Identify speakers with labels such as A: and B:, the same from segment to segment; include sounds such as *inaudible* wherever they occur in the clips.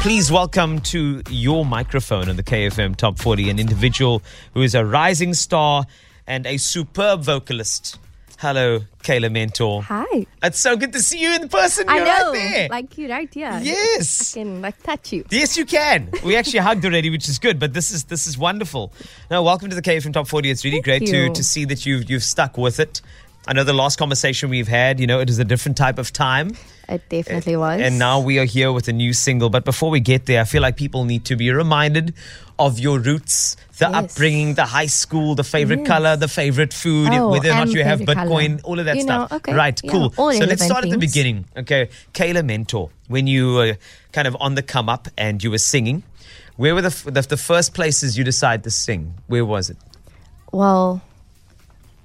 A: Please welcome to your microphone on the KFM Top 40 an individual who is a rising star and a superb vocalist. Hello, Kayla Mentor.
B: Hi.
A: It's so good to see you in person.
B: I
A: You're right
B: know.
A: there.
B: Like you right here.
A: Yes.
B: I can like touch you.
A: Yes, you can. We actually hugged already, which is good. But this is this is wonderful. Now, welcome to the KFM Top 40. It's really great to
B: you.
A: to see that you've you've stuck with it. I know the last conversation we've had, you know, it is a different type of time.
B: It definitely was.
A: And now we are here with a new single. But before we get there, I feel like people need to be reminded of your roots, the
B: Yes.
A: upbringing, the high school, the favorite
B: Yes.
A: color, the favorite food,
B: Oh,
A: whether or not
B: and
A: you have
B: favorite
A: Bitcoin,
B: colour.
A: all of that
B: You know,
A: stuff.
B: okay,
A: Right,
B: yeah,
A: cool.
B: all
A: so let's
B: relevant
A: start at the
B: things.
A: beginning. Okay, Kayla Mentor, when you were kind of on the come up and you were singing, where were the, f- the, the first places you decided to sing? Where was it?
B: Well,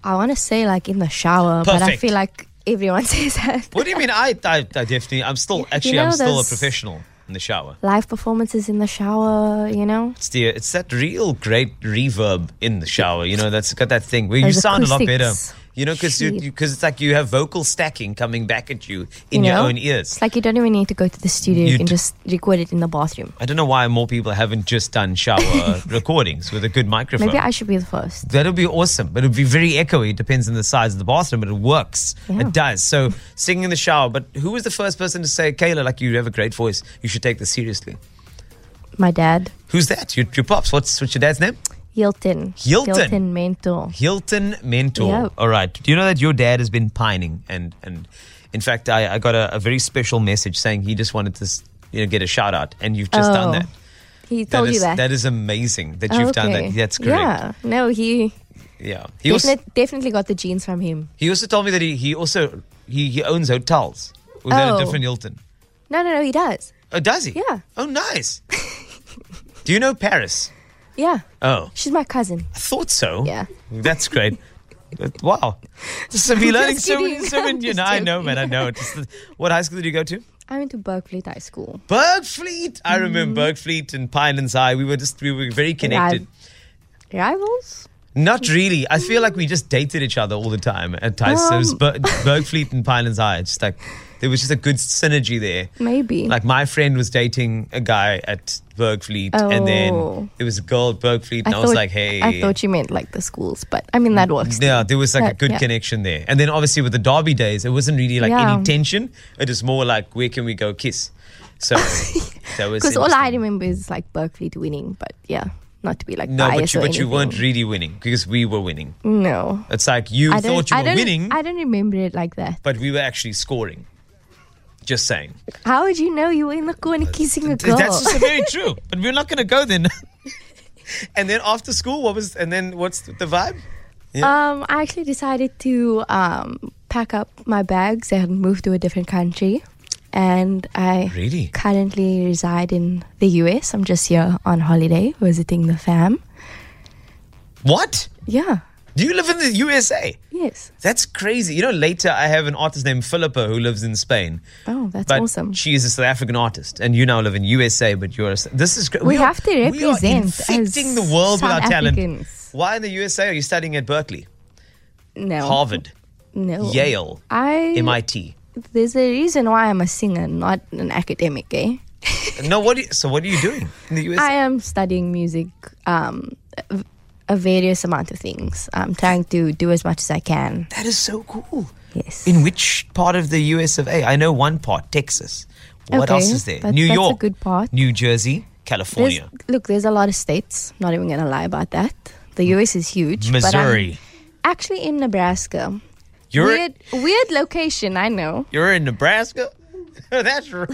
B: I want to say like in the shower, but I
A: Perfect.
B: feel like everyone *laughs* says that.
A: What do you mean? I, I, I definitely, I'm still, actually, I'm
B: know,
A: still a
B: there's-
A: professional in the shower.
B: Live performances in the shower, you know?
A: It's the it's that real great reverb in the shower. You know, that's got that thing where you
B: Those
A: sound a lot better.
B: acoustics.
A: You know, because
B: Shit.
A: because it's like you have vocal stacking coming back at you
B: You
A: in your
B: know?
A: own ears.
B: It's like you don't even need to go to the studio. You,
A: You
B: can
A: d-
B: just record it in the bathroom.
A: I don't know why more people haven't just done shower
B: *laughs*
A: recordings with a good microphone.
B: Maybe I should be the first.
A: That'll be awesome, but it'll be very echoey. It depends on the size of the bathroom, but it works.
B: Yeah.
A: It does. So singing in the shower. But who was the first person to say, Kayla, like you have a great voice. You should take this seriously.
B: My dad,
A: Who's that? Your, your pops. What's what's your dad's name?
B: Hilton.
A: Hilton.
B: Hilton Mentor.
A: Hilton Mentor.
B: Yeah.
A: All right. Do you know that your dad has been pining and and in fact I, I got a, a very special message saying he just wanted to s- you know get a shout out and you've just done
B: Oh,
A: that.
B: He told
A: is,
B: you that.
A: That is amazing that
B: Oh,
A: you've done
B: okay.
A: that. That's correct. Yeah.
B: Yeah. No, he
A: He also
B: definite- definitely got the genes from him.
A: he also told me that he, he also he, he owns hotels. Was that a
B: Oh.
A: different Hilton?
B: No, no, no, he does.
A: Oh, does he?
B: Yeah.
A: Oh, nice. *laughs* Do you know Paris?
B: Yeah.
A: Oh,
B: She's my cousin.
A: I thought so.
B: Yeah.
A: That's great. But
B: *laughs*
A: wow. So we're learning so many,
B: kidding.
A: so
B: *laughs* I'm
A: many. You
B: just
A: know, I know,
B: joking.
A: man. I know. It's the- what high school did you go to?
B: I went to Berkeley High School.
A: Bergfleet. I remember
B: Mm-hmm.
A: Bergfleet and Pinelands High. We were just we were very connected.
B: Rivals?
A: Not really. I feel like we just dated each other all the time at Tyson. it was
B: Um.
A: Ber- Bergfleet and Pinelands High. It's just like there was just a good synergy there.
B: Maybe.
A: Like my friend was dating a guy at Bergfleet, and then
B: Oh.
A: there was a girl at Bergfleet, and I, was like, hey.
B: I thought you meant like the schools, but I mean that works.
A: Yeah, there was like a
B: That-
A: good
B: yeah.
A: connection there. And then obviously with the Derby days, it wasn't really like
B: Yeah.
A: any tension. It was more like where can we go kiss.
B: *laughs*
A: So that was
B: Because all I
A: interesting.
B: remember is like Berkeley winning, but yeah, not to be like
A: No, but
B: biased
A: you,
B: or
A: but you weren't
B: anything.
A: really winning because we were winning.
B: no,
A: It's like you
B: I don't.
A: thought you
B: I
A: were
B: don't,
A: winning,
B: I don't remember it like that.
A: but we were actually scoring. Just saying.
B: How would you know you were in the corner kissing a girl?
A: That's just
B: *laughs*
A: very true. But we're not going to go then. *laughs* and then after school, what was, and then what's the vibe?
B: um, I actually decided to um pack up my bags and move to a different country, and I
A: Really?
B: currently reside in the US. I'm just here on holiday visiting the fam.
A: What?
B: Yeah.
A: Do you live in the USA?
B: Yes.
A: That's crazy. You know, later I have an artist named Philippa who lives in Spain.
B: Oh, that's
A: but
B: awesome.
A: She is a South African artist, and you now live in USA, but you're a, this is great.
B: We have to
A: We are
B: represent as
A: infecting the world with our
B: South
A: talent.
B: Africans.
A: Why in the USA are you studying at Berkeley,
B: No.
A: Harvard,
B: No.
A: Yale,
B: Oh. I
A: MIT?
B: there's a reason why I'm a singer, not an academic, eh?
A: No, what? Do you, so what are you doing in the USA?
B: I am studying music, um, a- a various amount of things. I'm trying to do as much as I can.
A: that is so cool.
B: Yes.
A: In which part of the US of A? I know one part, Texas. What
B: Okay,
A: else is there?
B: that-
A: New
B: that's a
A: York,
B: good part.
A: New Jersey,
B: There's-
A: California,
B: look, there's a lot of states. Not even gonna lie about that. The U.S. is huge. but um, I'm
A: Missouri.
B: actually, in Nebraska.
A: You're
B: weird, weird location. I know.
A: You're in Nebraska? *laughs* That's r-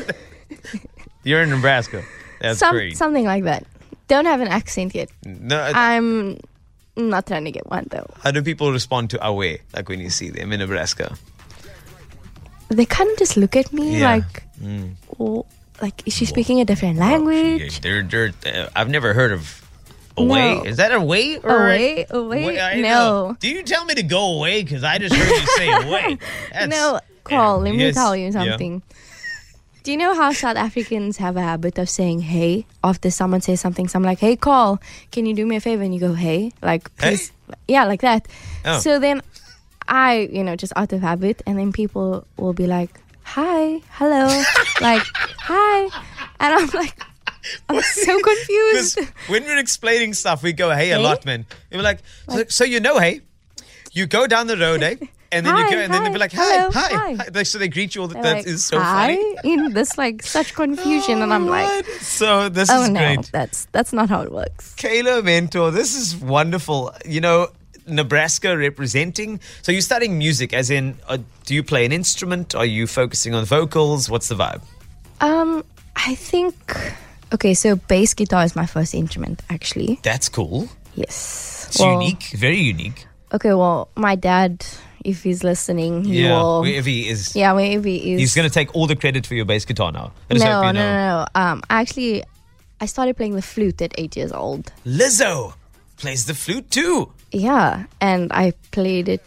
A: *laughs* You're in Nebraska. That's
B: Some,
A: great.
B: something like that. Don't have an accent yet.
A: no,
B: Uh, I'm not trying to get one though.
A: how do people respond to away? Like when you see them in Nebraska?
B: They kind of just look at me
A: Yeah. Mm.
B: like, oh, like is she speaking a different language?
A: They're, they're, uh, I've never heard of away.
B: No.
A: Is that away or
B: Away, away.
A: Wa- I
B: oh, no,
A: know. Do you tell me to go away? Because I just heard you
B: *laughs*
A: say away. That's-
B: no. Carl, let me
A: Yes.
B: tell you
A: Yeah.
B: something. Do you know how South Africans have a habit of saying "hey" after someone says something? So I'm like, "Hey, Carl, can you do me a favor?" And you go, "Hey," like,
A: Hey?
B: please, yeah, like that.
A: Oh.
B: So then, I, you know, just out of habit, and
A: *laughs*
B: then people will be like, "Hi, hello," like, "Hi," and I'm like, I'm so *laughs* confused.
A: 'Cause when we're explaining stuff, we go, hey, a
B: Hey?
A: lot, man. And we're like, so, so you know, hey, you go down the road, hey, and then you
B: Hi,
A: go, and then they'll
B: hi,
A: be like, hi,
B: hello,
A: hi,
B: hi.
A: hi. They- So they greet you all. That,
B: They're
A: that is
B: like,
A: so
B: Hi?
A: funny.
B: In this like such confusion, and I'm like,
A: What? so this
B: oh
A: is
B: no,
A: great.
B: that's that's not how it works.
A: Kayla Mentor, this is wonderful. You know, Nebraska representing. So you're studying music, as in, uh, do you play an instrument? Are you focusing on vocals? What's the vibe?
B: Um, I think okay. So bass guitar is my first instrument, actually.
A: That's cool.
B: Yes,
A: It's
B: Well,
A: unique, very unique.
B: Okay, well, my dad, if he's listening, he
A: Yeah,
B: will.
A: wherever he is.
B: yeah, maybe is.
A: He's going to take all the credit for your bass guitar now. I just
B: no,
A: hope
B: no,
A: you know.
B: no, no. Um, actually, I started playing the flute at eight years old.
A: Lizzo plays the flute too.
B: Yeah, and I played it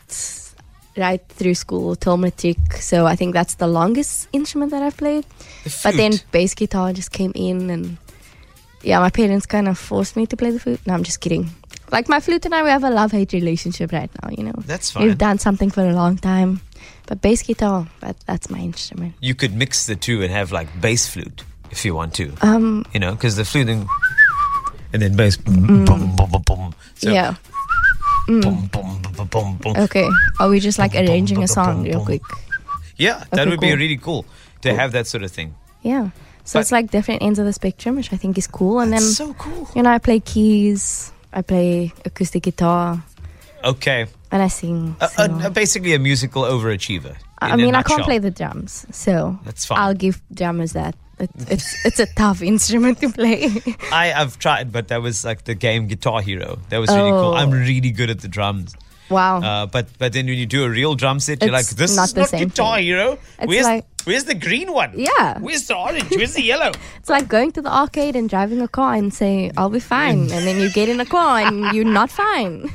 B: right through school till matric. So I think that's the longest instrument that I've played.
A: The
B: But then
A: flute.
B: bass guitar just came in, and yeah, my parents kind of forced me to play the flute. No, I'm just kidding. Like my flute and I, we have a love-hate relationship right now. You know,
A: That's fine.
B: we've done something for a long time. But bass guitar, that, that's my instrument.
A: you could mix the two and have like bass flute if you want to.
B: Um,
A: you know, because the flute then, and then bass. Boom, boom, boom, boom, boom. So,
B: yeah.
A: Boom, boom, boom, boom, boom, boom.
B: Okay. Are we just like arranging a song real quick?
A: Yeah, that
B: Okay,
A: would be
B: cool.
A: really cool to have that sort of thing.
B: Yeah. So
A: But-
B: it's like different ends of the spectrum, which I think is cool. And then
A: That's so cool.
B: You know, I play keys, I play acoustic guitar,
A: Okay,
B: and I sing.
A: a,
B: so-
A: a, a, basically a musical overachiever.
B: I
A: Uh, in a
B: mean, I can't
A: nutshell.
B: play the drums, so
A: That's fine.
B: I'll give drummers that. It, it's it's a tough *laughs* instrument to play.
A: I, I've tried, but that was like the game Guitar Hero. That was really cool.
B: Oh.
A: I'm really good at the drums.
B: wow.
A: Uh, but but then when you do a real drum set, you're like,
B: It's
A: this
B: not
A: is
B: the
A: not
B: same
A: Guitar
B: thing.
A: Hero.
B: It's
A: where's
B: like-
A: where's the green one?
B: Yeah.
A: Where's the orange? Where's the yellow?
B: it's like going to the arcade and driving a car and say, "I'll be fine," and then you get in a car and you're not fine. *laughs*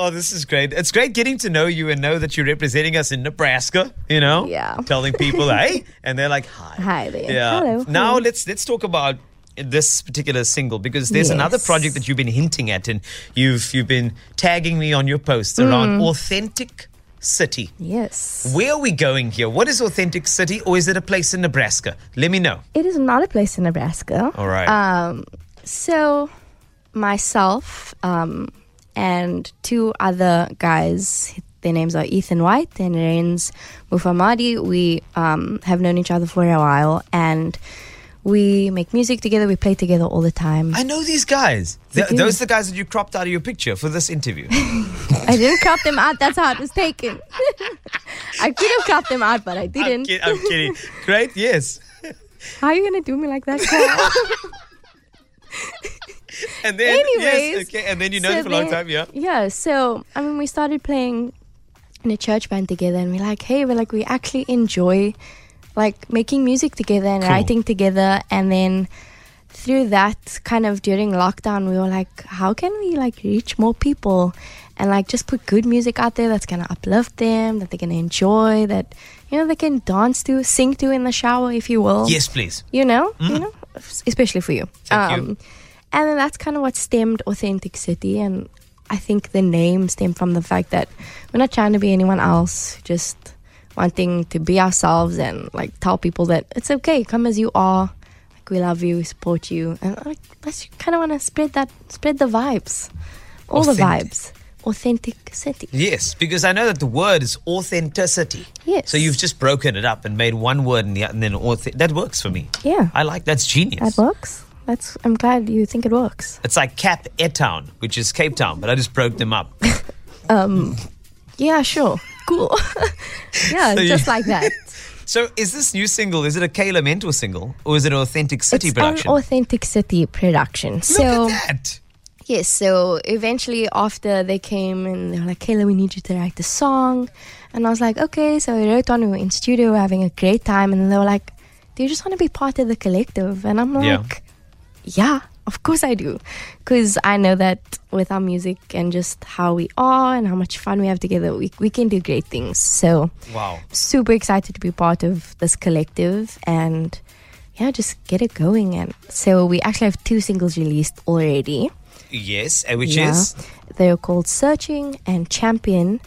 A: Oh, this is great. It's great getting to know you and know that you're representing us in Nebraska, you know?
B: Yeah.
A: Telling
B: *laughs*
A: people, hey, and they're like, hi.
B: Hi there.
A: Yeah.
B: Hello.
A: Now
B: Hello.
A: let's let's talk about this particular single because there's
B: Yes.
A: another project that you've been hinting at and you've you've been tagging me on your
B: Mm.
A: posts around authentic city.
B: Yes.
A: Where are we going here? What is authentic city or is it a place in Nebraska? Let me know.
B: It is not a place in Nebraska.
A: All right.
B: Um, so, myself um, and two other guys, their names are Ethan White and Rains Mufamadi. We um, have known each other for a while and we make music together, we play together all the time.
A: I know these guys. Th-
B: do.
A: those are the guys that you cropped out of your picture for this
B: *laughs*
A: interview.
B: I didn't crop them out, that's how it was taken. *laughs* I could have cropped them out, but
A: I'm,
B: I didn't.
A: kid- I'm kidding. Great, yes.
B: How are you going to do me like that? Carl?
A: And then, yes,
B: Anyways,
A: okay, and then you know
B: so
A: it for a long
B: then-
A: time, yeah.
B: Yeah. So I mean, we started playing in a church band together, and we're like, hey, we're like, we actually enjoy like making music together and
A: Cool.
B: writing together, and then through that kind of during lockdown, we were like, how can we like reach more people and like just put good music out there that's gonna uplift them, that they're gonna enjoy, that you know they can dance to, sing to in the shower, if you will
A: Yes, please.
B: you know, you know, especially for you.
A: Mm.
B: Um,
A: Thank you.
B: And then that's kind of what stemmed Authentic City, and I think the name stemmed from the fact that we're not trying to be anyone else, just wanting to be ourselves and like tell people that it's okay, come as you are. Like we love you, we support you, and like that's you kind of want to spread that, spread the vibes, all
A: Authentic.
B: the vibes. Authentic City.
A: Yes, because I know that the word is authenticity.
B: Yes.
A: So you've just broken it up and made one word and, the, and then auth- that works for me.
B: Yeah,
A: I like that's genius.
B: that works. That's. I'm glad you think it works.
A: It's like Cap Etown, which is Cape Town, but I just broke them
B: *laughs*
A: up.
B: Yeah, sure. *laughs* Cool. yeah,
A: So you-
B: just like that.
A: *laughs* so is this new single? Is it a Kayla Mentor single or is it an Authentic City
B: it's
A: production?
B: an authentic city production.
A: Look
B: so
A: at that.
B: yes, so eventually after they came and they were like, Kayla, we need you to write the song and I was like, Okay, so we wrote one, we were in studio, we were having a great time and they were like, Do you just wanna be part of the collective? And I'm like
A: Yeah.
B: yeah, of course I do. Because I know that with our music and just how we are and how much fun we have together, we, we can do great things. So
A: Wow.
B: super excited to be part of this collective and yeah, just get it going. And so we actually have two singles released already.
A: Yes, and which
B: Yeah.
A: is
B: They are called Searching and Champion.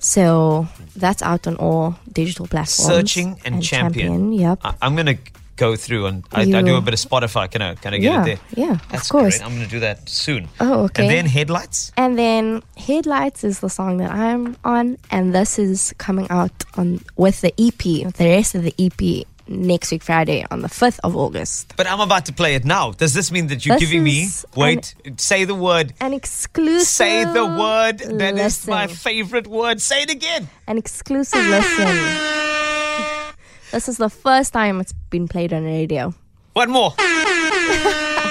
B: So that's out on all digital platforms.
A: Searching and Champion. Ah.
B: Yep.
A: I- I'm gonna go through and I, I
B: You-
A: do a bit of Spotify. Can I can I get
B: yeah,
A: it there?
B: yeah,
A: That's
B: of course.
A: great. I'm going to do that soon.
B: Oh, okay.
A: And then headlights.
B: And then Headlights is the song that I'm on, and this is coming out on with the EP, with the rest of the EP next week Friday on the fifth of August.
A: But I'm about to play it now. Does this mean that you're
B: This
A: giving me?
B: is um, an-
A: Wait, say the word.
B: An exclusive
A: Say the word. That is my
B: listen.
A: favorite word. Say it again.
B: An exclusive listen. This is the first time it's been played on radio.
A: One more. *laughs*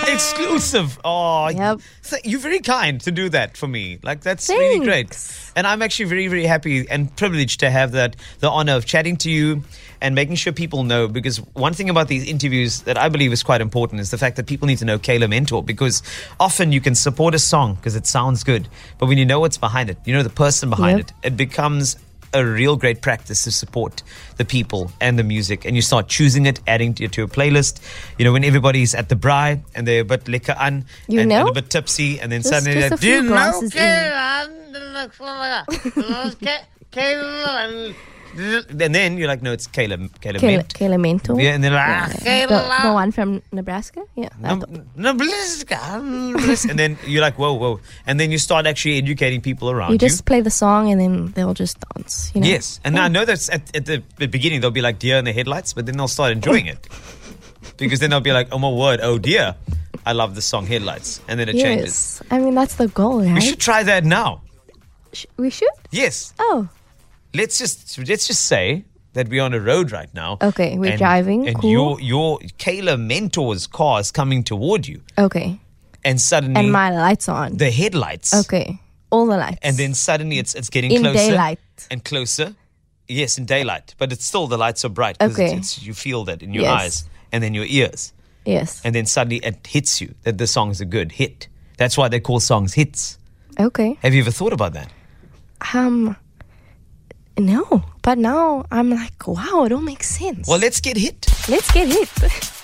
A: Exclusive. Oh,
B: Yep.
A: th- you're very kind to do that for me. Like that's really great.
B: Thanks.
A: And I'm actually very, very happy and privileged to have that the honor of chatting to you and making sure people know. Because one thing about these interviews that I believe is quite important is the fact that people need to know Kayla Mentor. Because often you can support a song because it sounds good, but when you know what's behind it, you know the person behind
B: Yep.
A: it, it becomes a real great practice to support the people and the music and you start choosing it adding to, to your playlist you know when everybody's at the bri and they're a bit liquor un
B: You
A: and, and
B: know?
A: a bit tipsy and then
B: Just-
A: suddenly
B: just
A: they're,
B: a few
A: "Do you know
B: glasses in.
A: Kayla?" and then you're like no it's Caleb Caleb
B: Kayla,
A: Mint.
B: Kayla Mentor.
A: yeah and then like, ah, um,
B: The, the one from Nebraska? Yeah. that-
A: no, Nebraska. and then you're like whoa whoa and then you start actually educating people around
B: you just play the song and then they'll just dance. You know?
A: Yes, and I know that's at, at the the beginning they'll be like deer in the headlights, but then they'll start enjoying it because then they'll be like, oh my word, oh dear, I love the song Headlights, and then it changes.
B: Yes. I mean, that's the goal, right?
A: We should try that now.
B: Sh- we should?
A: Yes,
B: Oh,
A: let's just let's just say that we're on a road right now.
B: Okay, we're
A: and-
B: driving,
A: and
B: cool.
A: your your Kayla mentor's car is coming toward you,
B: okay.
A: and suddenly
B: And my lights are on.
A: the headlights.
B: okay. All the lights.
A: and then suddenly it's it's getting
B: In
A: closer
B: daylight.
A: and closer. Yes, in daylight, but it's still the lights are bright. 'cause
B: Okay.
A: it's, it's, you feel that in your
B: Yes.
A: eyes and then your ears,
B: Yes.
A: and then suddenly it hits you that the song's a good hit. That's why they call songs hits.
B: okay.
A: Have you ever thought about that?
B: Um, no. But now I'm like, wow, it all makes sense.
A: Well, let's get hit.
B: *laughs* Let's get hit.